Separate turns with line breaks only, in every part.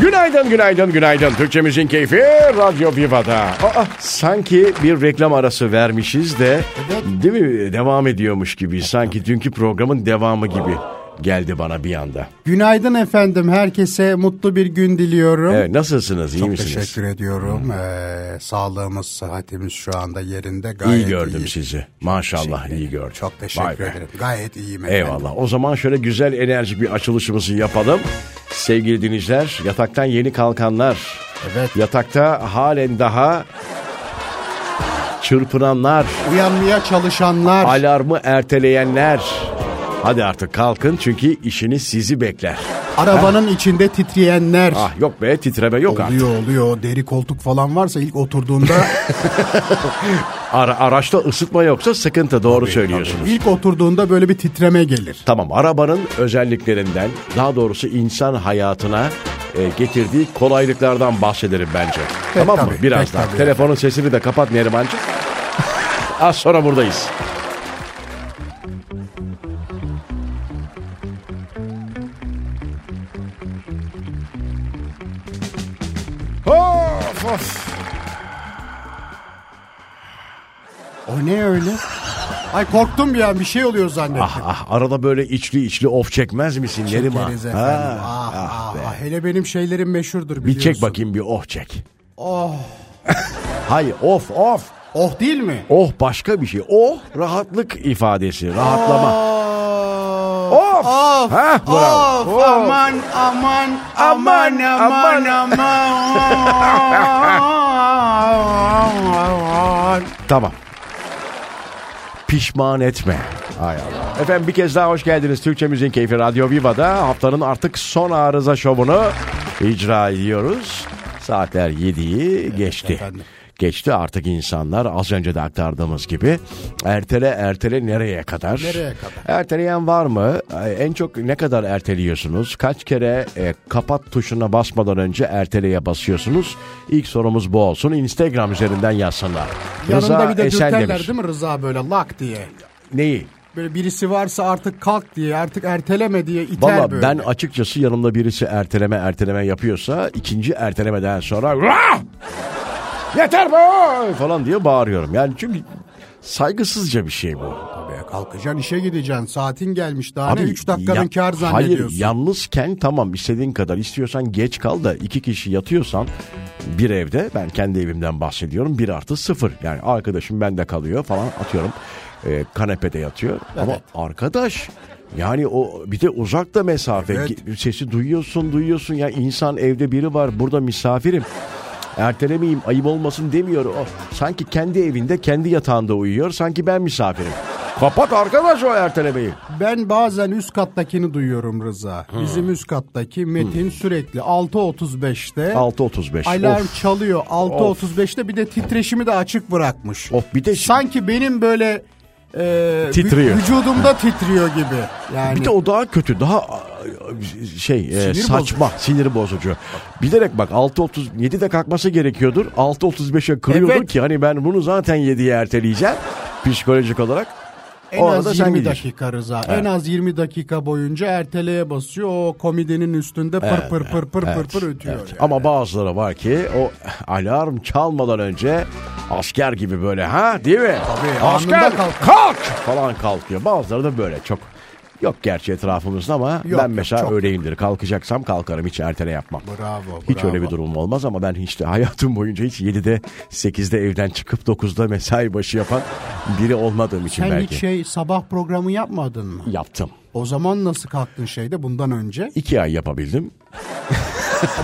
Günaydın, günaydın, günaydın. Türkçemizin keyfi Radyo Viva'da. Aa, sanki bir reklam arası vermişiz de değil mi? Devam ediyormuş gibi. Sanki dünkü programın devamı gibi geldi bana bir anda.
Günaydın efendim. Herkese mutlu bir gün diliyorum.
Evet, nasılsınız? iyi
Çok
misiniz?
teşekkür ediyorum. Ee, sağlığımız, sıhhatimiz şu anda yerinde. Gayet
İyi gördüm
iyi.
sizi. Maşallah iyi gördüm.
Çok
Vay
teşekkür
be.
ederim. Gayet iyiyim efendim.
Eyvallah. O zaman şöyle güzel enerjik bir açılışımızı yapalım. Sevgili dinleyiciler, yataktan yeni kalkanlar.
Evet.
Yatakta halen daha çırpınanlar,
Uyanmaya çalışanlar.
alarmı erteleyenler. Hadi artık kalkın çünkü işiniz sizi bekler.
Arabanın içinde titreyenler.
Ah yok be titreme yok artık.
Oluyor oluyor. Deri koltuk falan varsa ilk oturduğunda
Ara- araçta ısıtma yoksa sıkıntı doğru söylüyorsunuz.
ilk oturduğunda böyle bir titreme gelir.
Tamam arabanın özelliklerinden daha doğrusu insan hayatına e, getirdiği kolaylıklardan bahsederim bence. tamam mı?
tabii, pek
Birazdan.
tabii.
Telefonun sesini de kapat Nerimancığım. Az sonra buradayız. Of of.
O ne öyle? Ay korktum ya bir şey oluyor zannettim.
Ah ah arada böyle içli içli of çekmez misin Neriman?
Çekeriz
Ha,
efendim. ah, ah, ah. hele benim şeylerim meşhurdur
Bir
biliyorsun.
çek bakayım bir oh çek. Oh. Hayır of of.
Oh değil mi?
Oh başka bir şey. Oh rahatlık ifadesi. Rahatlama. Of! Ha, bravo.
Ah. Oh.
Oh.
Of!
Of!
Aman aman
Aman,
aman aman aman.
Tamam. Pişman etme. Ay Allah. Efendim bir kez daha hoş geldiniz. Türkçe Müziğin Keyfi Radyo Viva'da haftanın artık son arıza şovunu icra ediyoruz. Saatler 7'yi geçti.
efendim.
Geçti artık insanlar az önce de aktardığımız gibi ertele ertele nereye kadar?
Nereye kadar?
Erteleyen var mı? Ee, En çok ne kadar erteliyorsunuz? Kaç kere e, kapat tuşuna basmadan önce erteleye basıyorsunuz? İlk sorumuz bu olsun. Instagram üzerinden yazsınlar.
Yanında bir de
Esen
dürterler
demiş.
değil mi Rıza böyle lak diye.
Neyi?
Böyle birisi varsa artık kalk diye artık erteleme diye iter
Valla
böyle.
ben açıkçası yanımda birisi erteleme erteleme yapıyorsa ikinci ertelemeden sonra "Rah! yeter be falan diye bağırıyorum. Yani çünkü saygısızca bir şey bu.
Tabii kalkacaksın işe gideceksin saatin gelmiş daha ne
Abi,
3 dakikanın
ya-
kar
Hayır
zannediyorsun.
yalnızken tamam istediğin kadar istiyorsan geç kal da iki kişi yatıyorsan bir evde ben kendi evimden bahsediyorum bir artı sıfır yani arkadaşım bende kalıyor falan atıyorum Ee, kanepede yatıyor ama arkadaş yani o bir de uzakta mesafe
Evet.
Ge- sesi duyuyorsun duyuyorsun ya insan evde biri var burada misafirim ertelemeyeyim ayıp olmasın demiyor o sanki kendi evinde kendi yatağında uyuyor sanki ben misafirim kapat arkadaş o ertelemeyi
Ben bazen üst kattakini duyuyorum Rıza. Bizim üst kattaki Metin sürekli 6.35'te
6.35.
alarm
Of.
çalıyor. 6.35'te bir de titreşimi de açık bırakmış.
Of, bir de şi-
sanki benim böyle e, vü-
Titriyor.
vücudumda titriyor gibi. Yani
Bir de o daha kötü, daha a, şey e,
Sinir
saçma, sinir bozucu. Bilerek bak 6.30 7'de kalkması gerekiyordur. 6.35'e kırıyordur
Evet.
ki hani ben bunu zaten 7'ye erteleyeceğim psikolojik olarak.
en
o arada
az
sen
20
gidiyorsun.
dakika Rıza. En az 20 dakika boyunca erteleye basıyor. O komedinin üstünde pır pır pır pır pır pır ötüyor.
Evet.
yani.
Ama bazıları var ki o alarm çalmadan önce asker gibi böyle ha değil mi?
Tabii,
asker
anında
kalk.
kalkar.
falan kalkıyor. Bazıları da böyle çok yok gerçi etrafımızda ama
Yok,
ben
yok,
mesela
çok.
öyleyimdir. Kalkacaksam kalkarım hiç ertele yapmam.
Bravo,
Hiç
bravo.
öyle bir durum olmaz ama ben hiç de hayatım boyunca hiç 7'de 8'de evden çıkıp 9'da mesai başı yapan biri olmadığım için
Sen
belki
hiç şey sabah programı yapmadın mı?
yaptım.
O zaman nasıl kalktın şeyde bundan önce?
İki ay yapabildim.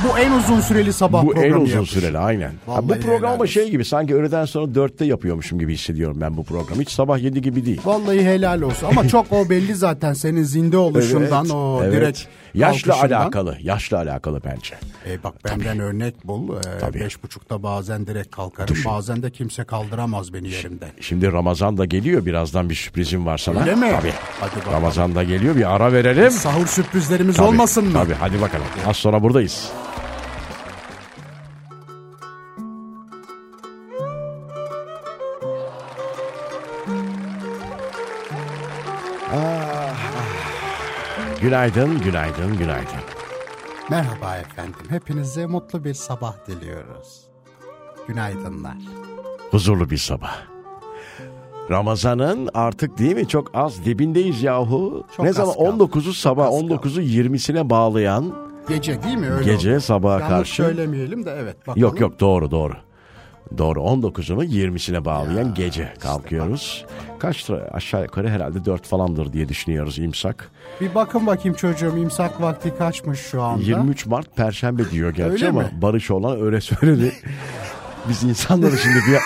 Bu en uzun süreli sabah
Bu en
programı
uzun
yapmış.
süreli aynen.
Vallahi
Ha, bu program
helal
ama
olsun.
şey gibi sanki öğleden sonra dörtte yapıyormuşum gibi hissediyorum ben bu programı. Hiç sabah yedi gibi değil.
Vallahi helal olsun. Ama çok o belli zaten senin zinde oluşundan o
evet.
direkt
Yaşla
kalkışından.
alakalı. Yaşla alakalı bence.
E bak benden örnek bul. Ee,
Tabii.
beş buçukta bazen direkt kalkarım. Bazen de kimse kaldıramaz beni yerimden.
Şimdi Ramazan da geliyor. Birazdan bir sürprizim var sana.
Öyle mi?
Tabii.
Hadi bakalım.
Ramazan da geliyor. Bir ara verelim.
Sahur sürprizlerimiz
Tabii,
olmasın mı?
Tabii hadi bakalım. Az sonra buradayız. Ah. Günaydın, günaydın, günaydın.
Merhaba efendim. Hepinize mutlu bir sabah diliyoruz. Günaydınlar.
Huzurlu bir sabah. Ramazan'ın artık değil mi çok az dibindeyiz yahu.
Çok
ne
az
zaman
kaldı.
19'u sabah
Az kaldı.
19'u 20'sine bağlayan
Gece değil mi öyle?
gece
oldu.
sabaha
Yanlış
karşı.
söylemeyelim de evet. Bakalım.
Yok yok doğru doğru. Doğru 19'unu 20'sine bağlayan gece kalkıyoruz. Kaç lira aşağı yukarı herhalde 4 falandır diye düşünüyoruz imsak.
Bir bakın bakayım çocuğum imsak vakti kaçmış şu anda.
23 Mart Perşembe diyor gerçi
Öyle
ama
mi?
Barış olan öyle söyledi. Biz insanları şimdi bir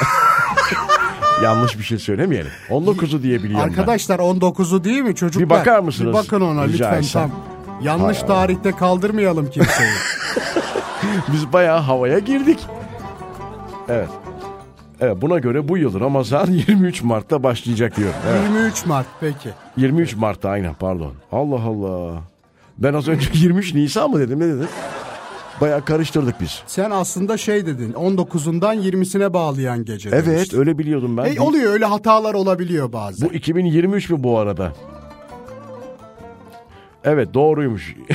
yanlış bir şey söylemeyelim. 19'u diye biliyorum ben.
Arkadaşlar 19'u değil mi çocuklar?
Bir bakar mısınız?
Bir bakın ona
Rica
lütfen
etsem.
tam. Yanlış tarihte kaldırmayalım kimseyi.
Biz bayağı havaya girdik. Evet. Evet buna göre bu yıl Ramazan 23 Mart'ta başlayacak diyor. Evet.
23 Mart peki.
23 Mart'ta aynen pardon. Allah Allah. Ben az önce 23 Nisan mı dedim ne dedim? Bayağı karıştırdık biz.
Sen aslında şey dedin 19'undan 20'sine bağlayan gece
Evet
demiştin.
öyle biliyordum ben.
E, oluyor öyle hatalar olabiliyor bazen.
Bu 2023 mü bu arada? Evet doğruymuş.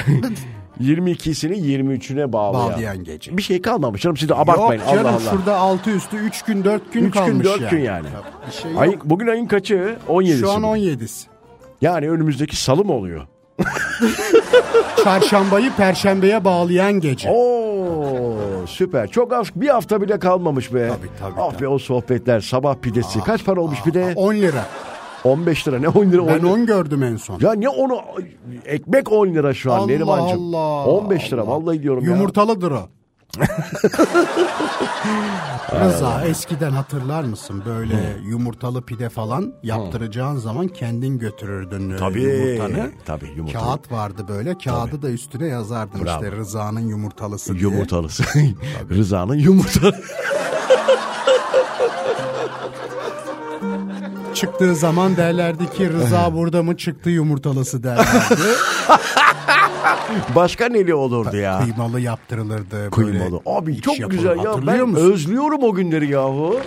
22'sini 23'üne bağlayan.
Bağlayan gece.
Bir şey kalmamış canım siz de abartmayın
Yok canım
Allah Allah.
şurada 6 üstü 3 gün 4 gün
Üç gün,
kalmış
dört
yani.
gün yani.
Bir şey yok.
Ayın- bugün ayın kaçı? 17'si.
Şu an
bugün.
17'si.
Yani önümüzdeki salı mı oluyor?
Çarşambayı perşembeye bağlayan gece.
Oo süper. Çok az bir hafta bile kalmamış be.
Tabii, tabii,
Ah be
tabii.
o sohbetler sabah pidesi. Kaç para olmuş bir de?
10 lira.
15 lira ne 10 lira? 10
ah. Ben
lira.
10 gördüm en son.
Ya ne onu ekmek 10 lira şu an
Allah
Nerimancığım.
Allah.
15 lira vallahi diyorum ya.
Yumurtalıdır o. Rıza eskiden hatırlar mısın böyle yumurtalı pide falan yaptıracağın zaman kendin götürürdün e,
Tabii,
yumurtanı.
tabii, yumurtalı.
Kağıt vardı böyle kağıdı da üstüne yazardın
Bravo.
işte Rıza'nın yumurtalısı diye.
Yumurtalısı. Rıza'nın yumurtalı.
Çıktığı zaman derlerdi ki Rıza burada mı çıktı yumurtalısı derlerdi.
Başka neli olurdu ya?
Kıymalı yaptırılırdı.
Ah. Kıymalı.
Böyle
Abi
iç
çok
yapılır.
güzel ya.
Hatırlıyor
Ben
musun?
özlüyorum o günleri yahu.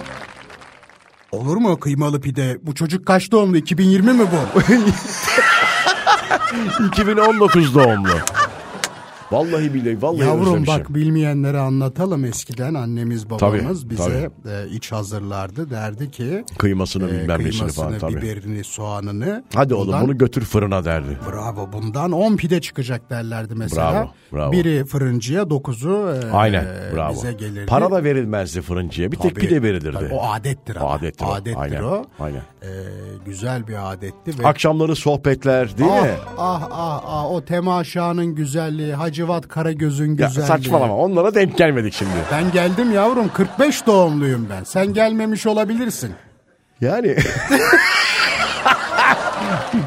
Olur mu o kıymalı pide? Bu çocuk kaç doğumlu? 2020 mi bu?
2019 doğumlu. Vallahi billahi vallahi
Yavrum
özlemişim.
bak bilmeyenlere anlatalım. Eskiden annemiz babamız
Tabii,
bize e, iç hazırlardı. Derdi ki
Kıymasını
e,
bilmem nesini falan
kıymasını,
tabii.
biberini, soğanını.
Hadi oğlum
bundan-
bunu götür fırına derdi.
Bravo bundan 10 pide çıkacak derlerdi mesela.
Bravo, bravo.
Biri fırıncıya dokuzu e,
Aynen
e,
bravo.
bize gelirdi.
Para da verilmezdi fırıncıya. Bir tek
Tabii,
pide verilirdi.
tabii, o adettir ama.
O adettir o, aynen,
o.
aynen.
E, güzel bir adetti. Ve
Akşamları sohbetler değil
ah,
mi?
ah ah ah o temaşanın güzelliği, Hacivat Karagöz'ün
Ya,
güzelliği.
saçmalama onlara denk gelmedik şimdi.
Ben geldim yavrum 45 doğumluyum ben. Sen gelmemiş olabilirsin.
Yani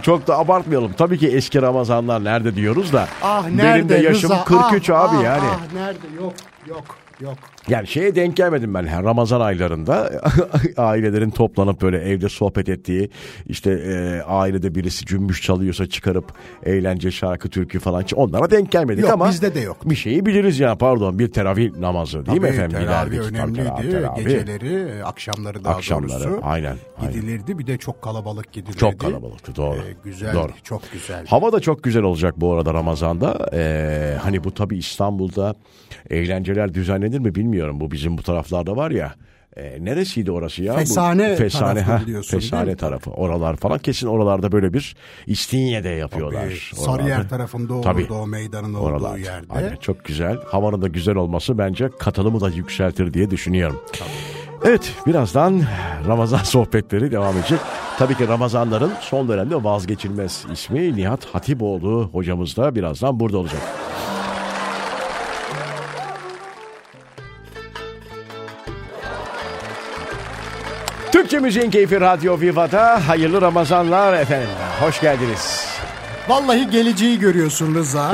çok da abartmayalım. Tabii ki eski Ramazanlar nerede diyoruz da.
Ah nerede
Benim de yaşım
Rıza?
43
Ah,
abi
ah,
yani.
Ah nerede yok yok yok.
Yani şeye denk gelmedim ben her Ramazan aylarında ailelerin toplanıp böyle evde sohbet ettiği işte e, ailede birisi cümbüş çalıyorsa çıkarıp eğlence şarkı türkü falan onlara denk gelmedik
Yok,
ama
bizde de yok.
Bir şeyi biliriz ya pardon bir teravih namazı değil mi
Tabii,
efendim
Teravih
giderdik. Tabii,
önemliydi.
teravih, teravih.
Geceleri, e, akşamları daha
Akşamları,
doğrusu.
aynen, aynen.
Gidilirdi bir de çok kalabalık gidilirdi.
Çok kalabalıktı doğru.
E, güzeldi
Doğru.
çok güzel.
Hava da çok güzel olacak bu arada Ramazan'da. Ee, hani bu tabii İstanbul'da eğlenceler düzenlenir mi bilmiyorum. Bu bizim bu taraflarda var ya. Ee, neresiydi orası ya? Bu
Fesane tarafı
ha,
biliyorsun, değil
Fesane
mi?
tarafı. Oralar falan kesin oralarda böyle bir İstinye'de yapıyorlar.
E,
oralarda.
Sarıyer tarafında olurdu
Tabii.
o meydanın olduğu
Oralar.
yerde.
Aynen, çok güzel. Havanın da güzel olması bence katılımı da yükseltir diye düşünüyorum. Evet birazdan Ramazan sohbetleri devam edecek. Tabii ki Ramazanların son dönemde vazgeçilmez ismi Nihat Hatipoğlu hocamız da birazdan burada olacak. Türkçe Müziğin Keyfi Radyo Viva'da hayırlı Ramazanlar efendim. Hoş geldiniz.
Vallahi geleceği görüyorsun Rıza.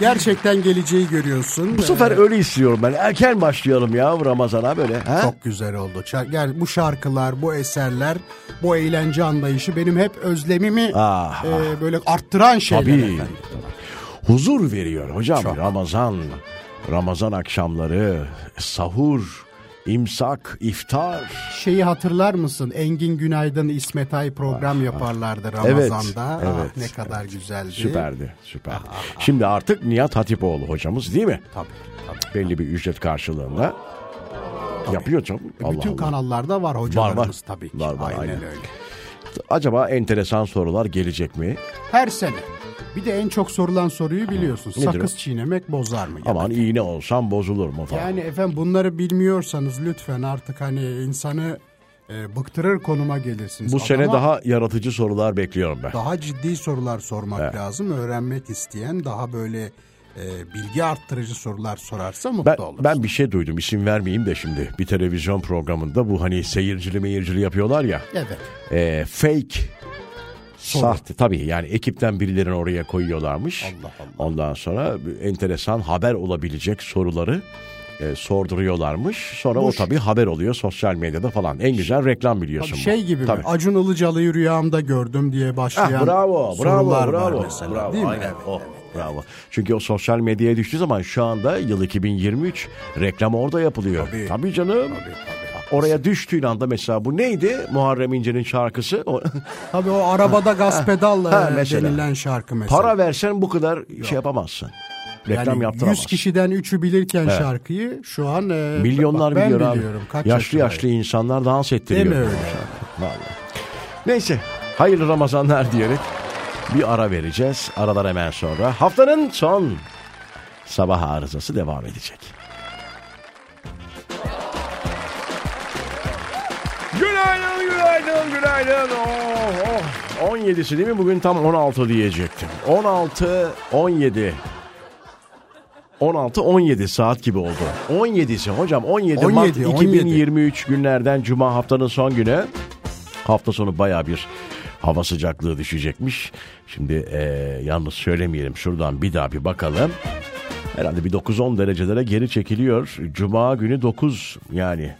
Gerçekten geleceği görüyorsun.
Bu sefer öyle istiyorum ben. Erken başlayalım ya Ramazan'a böyle. Ha?
Çok güzel oldu. Şar- Yani bu şarkılar, bu eserler, bu eğlence anlayışı benim hep özlemimi
Ah,
e, böyle arttıran şeyler.
Tabii.
efendim.
Huzur veriyor hocam. Ramazan, Ramazan akşamları, sahur, imsak, iftar.
Şeyi hatırlar mısın? Engin Günaydın, İsmet Ay program yaparlardı
Ah,
Ramazan'da.
Evet,
Ah,
evet,
ne kadar güzeldi.
Süperdi, süperdi. Şimdi artık Nihat Hatipoğlu hocamız değil mi?
Tabii. tabii.
Belli bir ücret karşılığında yapıyor canım. Allah
E, Bütün
Allah.
kanallarda var hocalarımız
Var, var.
tabii ki.
Var, var,
aynen,
aynen.
öyle.
Acaba enteresan sorular gelecek mi?
Her sene. Bir de en çok sorulan soruyu biliyorsun.
Nedir o?
Sakız çiğnemek bozar mı?
Aman iğne olsam bozulur mu falan.
Yani efendim bunları bilmiyorsanız lütfen artık hani insanı e, bıktırır konuma gelirsiniz.
Bu
Adama
sene daha yaratıcı sorular bekliyorum ben.
daha ciddi sorular sormak lazım. Öğrenmek isteyen daha böyle e, bilgi arttırıcı sorular sorarsa mutlu
Ben,
olur.
ben bir şey duydum isim vermeyeyim de şimdi bir televizyon programında bu hani seyircili meyircili yapıyorlar ya
Evet.
Ee, fake sahte tabii yani ekipten birilerini oraya koyuyorlarmış.
Allah Allah.
Ondan sonra enteresan haber olabilecek soruları e, sorduruyorlarmış. Sonra o tabii haber oluyor sosyal medyada falan. En güzel reklam biliyorsun. bu.
Şey gibi
Tabii.
mi? Acun Ilıcalı'yı rüyamda gördüm diye
Ah, bravo,
başlayan
bravo,
sorular
bravo,
var mesela.
bravo,
değil mi?
aynen,
Evet.
o, bravo. Çünkü o sosyal medyaya düştüğü zaman şu anda yıl 2023 reklam orada yapılıyor. Tabii,
Tabii.
canım.
Tabii, tabii.
Oraya düştüğün anda mesela bu neydi? Muharrem İnce'nin şarkısı. O-
Tabii o arabada gaz pedalla
ha,
e,
mesela.
denilen şarkı mesela.
Para versen bu kadar şey yapamazsın. Reklam
yani 100
yaptıramazsın.
kişiden 3'ü bilirken şarkıyı şu an e,
Milyonlar
bak ben
biliyor abi.
biliyorum. Kaç
yaşlı
yaşındayım.
yaşlı insanlar dans ettiriyor.
Değil mi öyle?
Vallahi. Neyse hayırlı Ramazanlar diyerek bir ara vereceğiz. Aradan hemen sonra haftanın son sabah arızası devam edecek. Günaydın, günaydın, günaydın. Oh, oh. 17'si değil mi? Bugün tam 16 diyecektim. 16, 17. 16, 17 saat gibi oldu. 17'si hocam 17, Mart
17, 17.
2023 günlerden Cuma haftanın son günü. Hafta sonu baya bir hava sıcaklığı düşecekmiş. Şimdi eee, yalnız söylemeyelim şuradan bir daha bir bakalım. Herhalde bir 9-10 derecelere geri çekiliyor. Cuma günü 9 yani.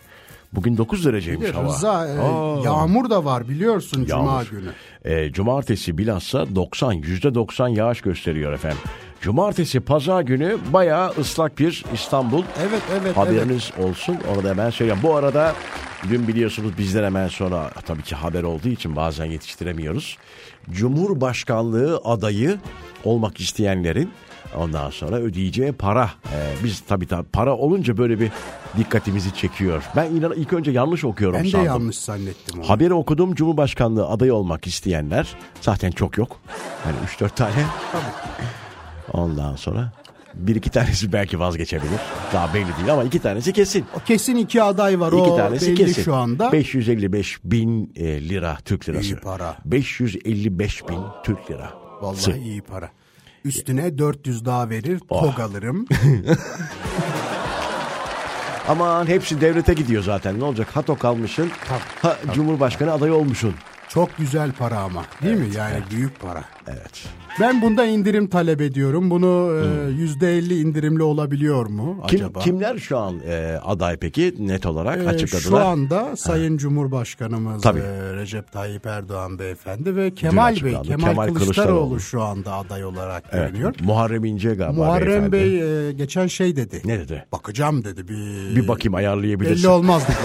Bugün 9 dereceymiş hava.
Rıza e,
Aa,
yağmur da var biliyorsun
yağmur.
cuma günü.
Eee, cumartesi bilhassa 90, %90 yağış gösteriyor efendim. Cumartesi, pazar günü bayağı ıslak bir İstanbul
Evet evet evet.
Haberiniz olsun. Onu da hemen söyleyeyim. Bu arada dün biliyorsunuz bizden hemen sonra tabii ki haber olduğu için bazen yetiştiremiyoruz. Cumhurbaşkanlığı adayı olmak isteyenlerin ondan sonra ödeyeceği para. Ee, biz tabii tabii para olunca böyle bir dikkatimizi çekiyor. Ben inan ilk önce yanlış okuyorum
Ben de
sandım.
yanlış zannettim onu.
Haberi okudum Cumhurbaşkanlığı adayı olmak isteyenler zaten çok yok. Hani 3-4 tane. Ondan sonra bir iki tanesi belki vazgeçebilir. Daha belli değil ama iki tanesi kesin.
O kesin iki aday var.
İki
o
tanesi
belli
kesin.
şu anda.
555 bin e, lira Türk lirası.
İyi para.
555 bin Türk lira.
Vallahi iyi para. Üstüne 400 daha verir.
Oh.
Tog alırım.
Aman hepsi devlete gidiyor zaten. Ne olacak? Hato kalmışsın. Ha, Cumhurbaşkanı adayı olmuşsun.
Çok güzel para ama. Değil mi? Yani büyük para.
Evet.
Ben bunda indirim talep ediyorum. Bunu e, yüzde %50 indirimli olabiliyor mu
Hmm. Kim,
acaba?
Kimler şu an e, aday peki net olarak
Ee,
açıkladılar?
Şu anda Sayın Cumhurbaşkanımız
Tabii.
e, Recep Tayyip Erdoğan beyefendi ve Kemal Bey,
açıklandı.
Kemal,
Kemal
Kılıçdaroğlu,
Kılıçdaroğlu.
şu anda aday olarak görünüyor.
Evet. Muharrem İnce galiba beyefendi.
Muharrem Bey e, geçen şey dedi.
Ne dedi?
Bakacağım dedi. Bir,
Bir bakayım
belli
ayarlayabilirsin.
olmaz dedi.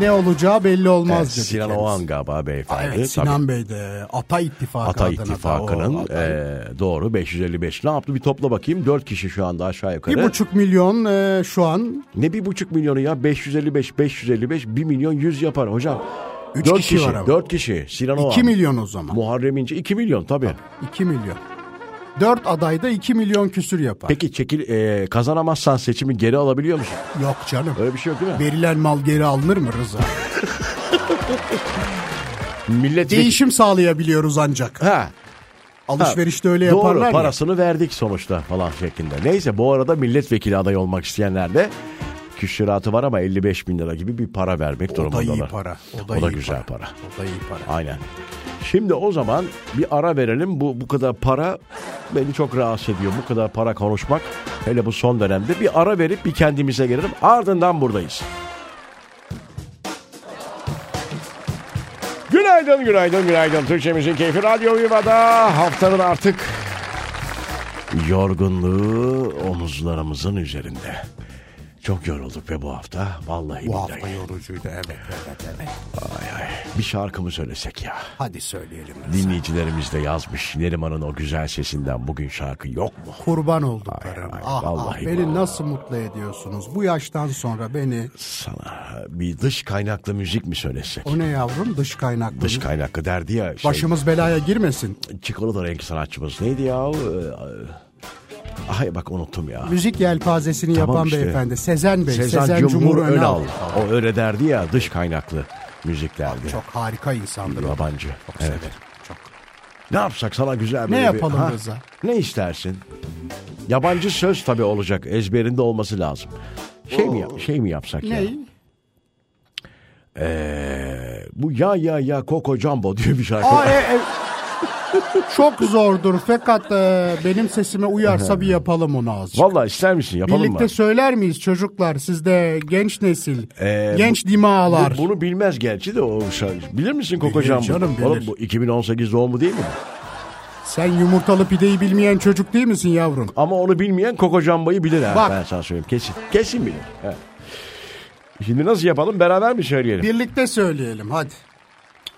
ne olacağı belli olmaz
Evet,
dedi.
Sinan
kendisi.
Oğan galiba beyefendi.
Evet,
Tabii.
Sinan Bey de Ata İttifakı
Ata
adına da o
İttifakı'nın e,
aday.
eee, doğru 555. Ne yaptı bir topla bakayım. 4 kişi şu anda aşağı yukarı.
bir buçuk milyon e, şu an
Ne bir buçuk milyonu ya 555 555 1 milyon 100 yapar hocam.
Üç
4
kişi var ama.
4 kişi. Sinan Oğan.
2 milyon o zaman.
Muharrem İnce 2 milyon tabii.
2 milyon. 4 adayda 2 milyon küsür yapar.
Peki çekil eee, kazanamazsan seçimi geri alabiliyor musun?
Yok canım.
Öyle bir şey yok değil mi?
Verilen mal geri alınır mı Rıza?
Millet
Değişim sağlayabiliyoruz ancak.
Ha,
Alışverişte öyle
Doğru,
yaparlar ya.
parasını verdik sonuçta falan şeklinde. Neyse bu arada milletvekili aday olmak isteyenler de küsuratı var ama 55 bin lira gibi bir para vermek
O da
durumundalar.
iyi para. O da,
O da
iyi
güzel para.
O da iyi para.
Aynen. Şimdi o zaman bir ara verelim. Bu bu kadar para beni çok rahatsız ediyor. Bu kadar para konuşmak hele bu son dönemde bir ara verip bir kendimize gelelim. Ardından buradayız. Günaydın, günaydın, günaydın. Türkçemizin keyfi Radyo Viva'da haftanın artık yorgunluğu omuzlarımızın üzerinde. Çok yorulduk be bu hafta. Vallahi
Bu
billahi.
hafta yorucuydu evet evet evet.
Ay, ay. Bir şarkımı söylesek ya.
Hadi söyleyelim.
Dinleyicilerimiz de yazmış. Neriman'ın o güzel sesinden bugün şarkı yok mu?
Kurban
Ay,
olduklarım.
ay,
ah, ah
vallahi
beni
vallahi.
nasıl mutlu ediyorsunuz. Bu yaştan sonra beni
Sana bir dış kaynaklı müzik mi söylesek?
o ne yavrum dış kaynaklı.
Dış kaynaklı derdi ya. Şey,
Başımız belaya girmesin.
Çikolata renk sanatçımız neydi ya? Ee, Ay bak unuttum ya.
Müzik yelpazesini
Tamam
yapan
işte.
beyefendi Sezen Bey.
Sezen, Cumhur, Önal. O öyle derdi ya dış kaynaklı müzik derdi.
Çok harika insandır o.
Yabancı.
Çok
evet.
severim. Çok.
Ne yapsak sana güzel
Ne
böyle bir-
yapalım
Ha?
Rıza?
Ne istersin? Yabancı söz tabii olacak. Ezberinde olması lazım. Şey mi yap- şey mi yapsak ya?
Ney?
Ee, bu ya ya ya Coco Jumbo diye bir şarkı.
Aa, e, e. Çok zordur fakat e, benim sesime uyarsa bir yapalım onu azıcık.
Vallahi ister misin? Yapalım
Birlikte
mı?
söyler miyiz çocuklar? Sizde genç nesil,
Ee,
genç
Bu-
dimağlar.
Bunu bilmez gerçi de o şarkı. Bilir misin Coco
Bilir
Jumbo?
canım, bilir.
Oğlum bu 2018 doğumlu değil mi? bu?
Sen yumurtalı pideyi bilmeyen çocuk değil misin yavrum?
Ama onu bilmeyen Coco Jumbo'yu bilir ha.
Bak.
Ben sana söyleyeyim. Kesin. Kesin bilir. Evet. Şimdi nasıl yapalım? Beraber mi söyleyelim?
Birlikte söyleyelim hadi.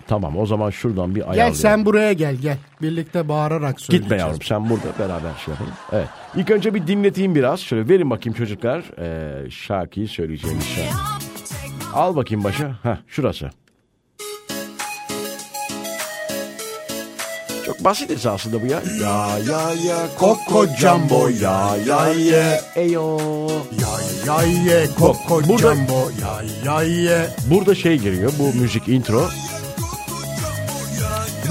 Tamam o zaman şuradan bir
Gel
ayarlayalım.
sen buraya gel gel. Birlikte bağırarak söyleyeceğiz.
Gitme yavrum sen burada beraber şey yapalım. Evet. İlk önce bir dinleteyim biraz. Şöyle verin bakayım çocuklar ee, şarkıyı söyleyeceğimiz şarkı. Al bakayım başa. Heh, şurası. Çok basit esasında bu ya. Ya ya ya
Coco Jumbo,
ya ya ya. Eyo.
Yay yay ye koko
Bak, burada-
jumbo yay yay ye.
Burada şey giriyor bu müzik intro.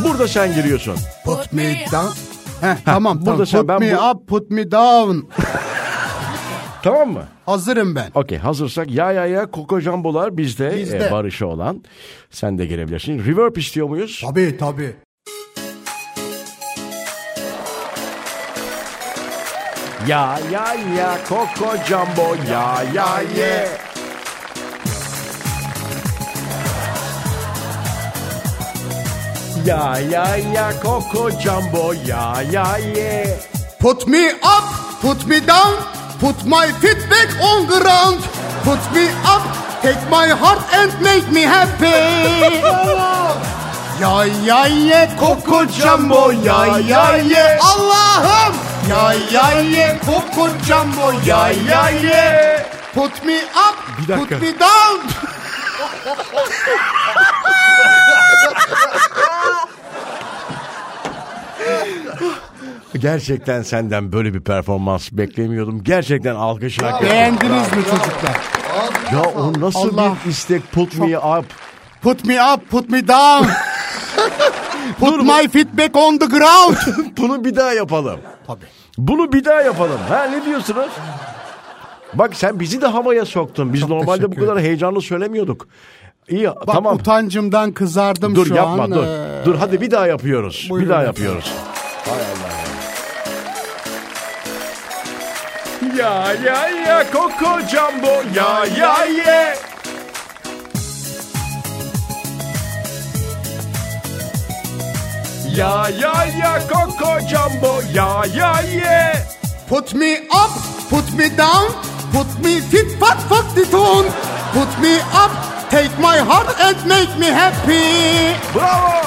Burada sen giriyorsun.
Put me down. Heh, tamam
burada
burada
sen-
put
ben
me
bu-
up put me down.
Tamam mı?
Hazırım ben.
Okey hazırsak ya ya ya Coco Jumbo'lar bizde,
Bizde.
e, barışı olan. Sen de gelebilirsin. Reverb istiyor muyuz?
Tabii tabii.
Ya ya ya Coco Jumbo ya ya ye. Ya ya ya Coco Jumbo ya ya ye.
Put me up put me down. Put my feet back on ground. Put me up take my heart and make me happy. Yay yay ye koko jumbo yay yay ye. Allah'ım. Yay yay ye koko jumbo yay yay ye. Put me up,
Bir dakika.
put me down.
Gerçekten senden böyle bir performans beklemiyordum. Gerçekten alkış hak ediyor.
Beğendiniz mi çocuklar?
Ya o nasıl
Allah.
bir istek put me up.
Put me up, put me down. put my feet back on the ground.
Bunu bir daha yapalım.
Tabii.
Bunu bir daha yapalım. Ha ne diyorsunuz? Bak sen bizi de havaya soktun. Biz normalde bu
teşekkür
kadar heyecanlı söylemiyorduk. İyi
Bak
tamam.
utancımdan kızardım
dur
şu
yapma
an.
dur.
Ee,
Dur hadi bir daha yapıyoruz.
buyurun
bir daha
efendim.
yapıyoruz. Hay Allah. Ya ya ya Coco Jumbo ya ya ye. Ya ya ya Coco Jumbo ya ya ye.
Put me up, put me down. Put me feet back, fuck the tone. Put me up, take my heart and make me happy.
Bravo.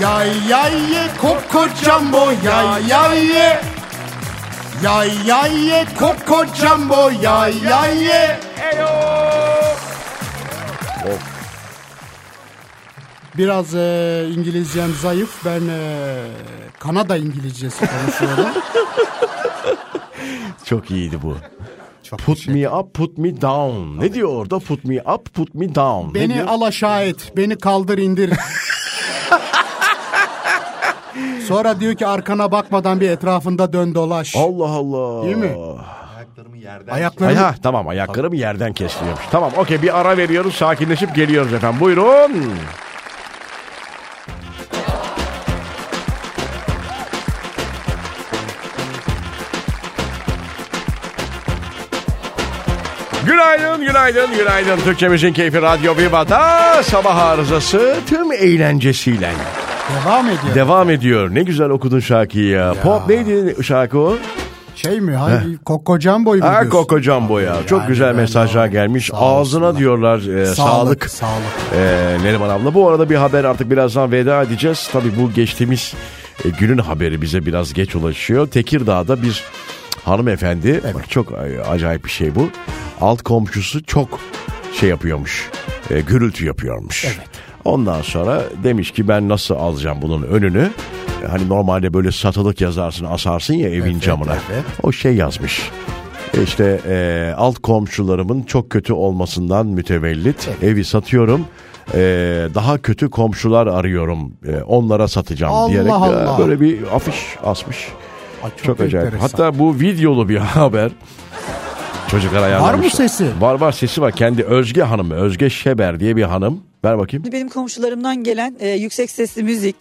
Yay yay ye koko jumbo yay yay ye Yay yay ye koko jumbo yay yay ye Biraz e, İngilizcem zayıf ben e, Kanada İngilizcesi konuşuyorum
Çok iyiydi bu.
Çok
Put me up, put me down. Ne diyor orada? Put me up, put me down. ne
Beni
diyor?
al aşağı et beni kaldır indir Sonra diyor ki arkana bakmadan bir etrafında dön dolaş
Allah Allah.
Değil mi?
Ayaklarımı yerden
Ay,
Ayaklarını
ha, tamam ayaklarımı yerden kesiliyormuş. Tamam okey bir ara veriyoruz sakinleşip geliyoruz efendim. Buyurun. Günaydın, günaydın, günaydın. Türkçemizin keyfi Radyo Viva'da sabah arızası tüm eğlencesiyle
devam ediyor
devam ediyor. Ne güzel okudun şarkıyı ya. Pop neydi şarkı o?
Şey mi? Hayır, Coco Jumbo'yu mu
Ha
diyorsun?
Coco Jumbo ya. Çok
Yani
güzel
ben
mesajlar
de-
gelmiş.
Sağ
Ağzına
olsunlar.
diyorlar e, sağlık.
Sağlık. Sağlık.
Ee, Neriman abla bu arada bir haber artık birazdan veda edeceğiz. Tabii bu geçtiğimiz e, günün haberi bize biraz geç ulaşıyor. Tekirdağ'da bir hanımefendi bak çok e, acayip bir şey bu. Alt komşusu çok şey yapıyormuş. e, gürültü yapıyormuş. Ondan sonra demiş ki ben nasıl alacağım bunun önünü? E, Hani normalde böyle satılık yazarsın asarsın ya evin camına.
evet.
O şey yazmış. İşte e, alt komşularımın çok kötü olmasından mütevellit evi satıyorum. E, daha kötü komşular arıyorum. E, onlara satacağım
Allah
diyerek e,
Allah.
böyle bir afiş asmış.
Ay,
Çok, acayip.
enteresan.
Hatta bu videolu bir haber. Çocuklar ayarlamışlar.
sesi?
Var var sesi var. Kendi Özge Hanım, Özge Şeber diye bir hanım. Ver bakayım.
Benim komşularımdan gelen e, yüksek sesli müzik,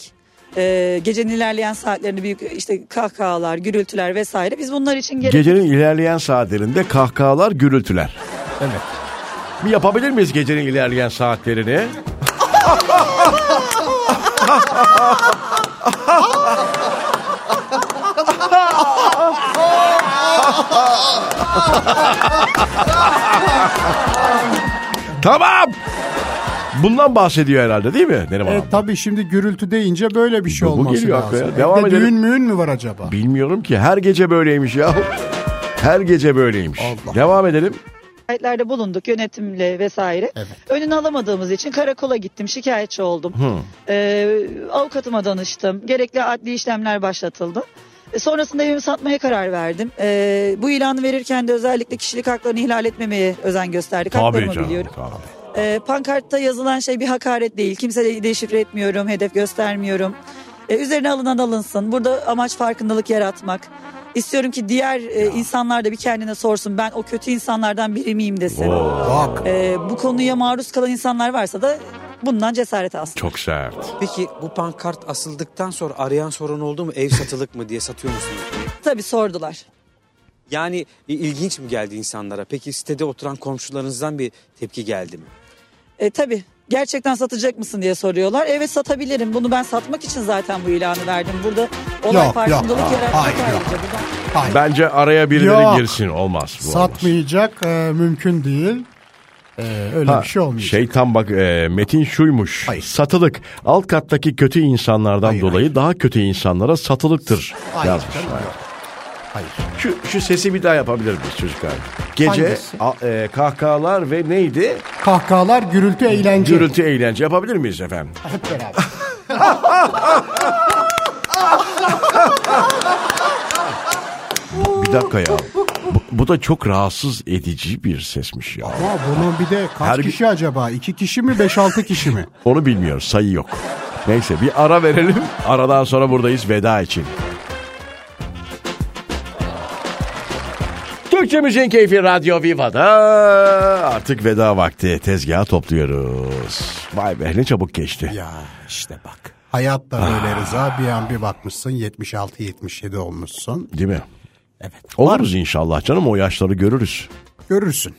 e, gecenin ilerleyen saatlerinde büyük e, işte kahkahalar, gürültüler vesaire. Biz bunlar için gerek
Gecenin ilerleyen saatlerinde kahkahalar, gürültüler.
Evet.
Bir yapabilir miyiz gecenin ilerleyen saatlerini? tamam. Bundan bahsediyor herhalde değil mi Neriman
E,
abla?
tabii şimdi gürültü deyince böyle bir şey
Bu
olması
geliyor
lazım.
akla ya.
Evde
Devam edelim.
düğün müğün mü var acaba?
Bilmiyorum ki her gece böyleymiş ya. Her gece böyleymiş.
Allah.
Devam edelim.
şikayetlerde bulunduk yönetimle vesaire. Önünü alamadığımız için karakola gittim, şikayetçi oldum. E, avukatıma danıştım, gerekli adli işlemler başlatıldı. E, Sonrasında evimi satmaya karar verdim. E, bu ilanı verirken de özellikle kişilik haklarını ihlal etmemeye özen gösterdik.
Tabii
Haklarımı
canım.
biliyorum.
tabii.
Ee, pankartta yazılan şey bir hakaret değil. Kimseye deşifre etmiyorum, hedef göstermiyorum. Ee, üzerine alınan alınsın. Burada amaç farkındalık yaratmak. İstiyorum ki diğer e, insanlar da bir kendine sorsun. Ben o kötü insanlardan biri miyim desin.
Bak.
Ee, bu konuya maruz kalan insanlar varsa da bundan cesaret alsın.
Çok sert.
Peki bu pankart asıldıktan sonra arayan sorun oldu mu? Ev satılık mı diye satıyor musunuz? diye?
Tabii sordular.
Yani i- ilginç mi geldi insanlara? Peki sitede oturan komşularınızdan bir tepki geldi mi?
E, tabii gerçekten satacak mısın diye soruyorlar. Evet satabilirim. Bunu ben satmak için zaten bu ilanı verdim. Burada olay
Yok, yok.
farkındalık
Aa,
yaratmak
hayır, yok.
ayrıca. Buradan-
Hayır.
Bence araya birileri
Yok.
girsin. Olmaz. bu olmaz.
Satmayacak e, mümkün değil. E, öyle
Ha,
bir şey olmayacak.
Şey tam bak e, metin şuymuş.
Hayır.
Satılık alt kattaki kötü insanlardan dolayı daha kötü insanlara satılıktır
Hayır,
yazmış.
canım,
Hayır.
yok. Hayır.
Şu, şu sesi bir daha yapabilir miyiz çocuklar? Gece
Hangisi?
a- e, kahkahalar ve neydi?
Kahkahalar, gürültü, eğlence.
Gürültü eğlence yapabilir miyiz efendim?
Hep beraber.
Bir dakika ya. Bu, bu da çok rahatsız edici bir sesmiş ya.
Ama bunun bir de kaç
Her gün-
kişi acaba? İki kişi mi, beş altı kişi mi?
Onu bilmiyoruz sayı yok. Neyse bir ara verelim. Aradan sonra buradayız veda için. Türkçe Müziğin Keyfi Radyo Viva'da artık veda vakti tezgaha topluyoruz. Vay be ne çabuk geçti.
ya işte bak. Hayat
Ah.
da böyle Rıza. Bir an bir bakmışsın 76-77 olmuşsun.
Değil mi?
Evet.
Oluruz inşallah canım o yaşları görürüz.
Görürsün.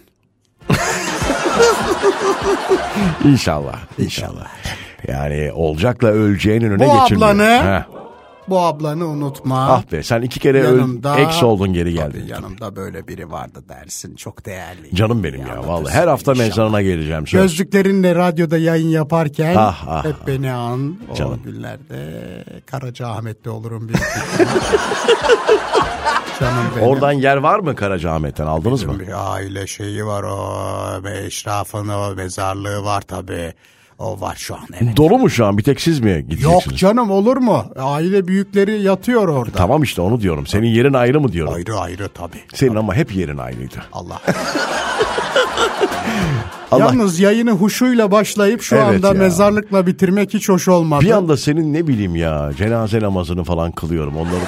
İnşallah. İnşallah. Yani olacakla öleceğin önüne
Bu
geçilmiyor.
ablanı-
Heh.
Bu ablanı unutma.
Ah be sen iki kere
Yanımda-
öl, eks oldun geri
Tabii
geldin.
Yanımda böyle biri vardı dersin. Çok değerli.
Canım benim ya
Anlatırsın
vallahi her hafta
inşallah.
mezarına geleceğim. söz.
Gözlüklerinle radyoda yayın yaparken
Ah, ah,
hep beni an. O
Canım.
günlerde Karaca Ahmet'te olurum bir Canım benim.
Oradan yer var mı Karacaahmet'ten aldınız mı?
bir aile şeyi var o. Ve eşrafın o mezarlığı var tabii. O var şu an evet.
Dolu mu şu an bir tek siz mi
Yok
gideceksiniz?
canım olur mu? Aile büyükleri yatıyor orada.
Tamam işte onu diyorum. Senin yerin ayrı mı diyorum.
Ayrı ayrı tabii.
Senin ama hep yerin ayrıydı.
Allah.
Allah
Yalnız yayını huşuyla başlayıp şu
Evet
anda
ya.
mezarlıkla bitirmek hiç hoş olmadı.
bir anda senin ne bileyim ya cenaze namazını falan kılıyorum onları.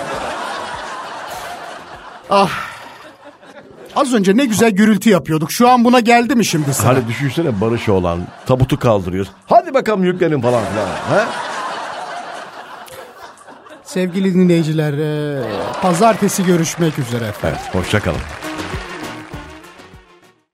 Az önce ne güzel gürültü yapıyorduk. Şu an buna geldi mi şimdi sana?
Hani düşünsene barış olan tabutu kaldırıyor. Hadi bakalım yüklenin falan filan. He?
Sevgili dinleyiciler, e, pazartesi görüşmek üzere efendim.
Evet hoşçakalın.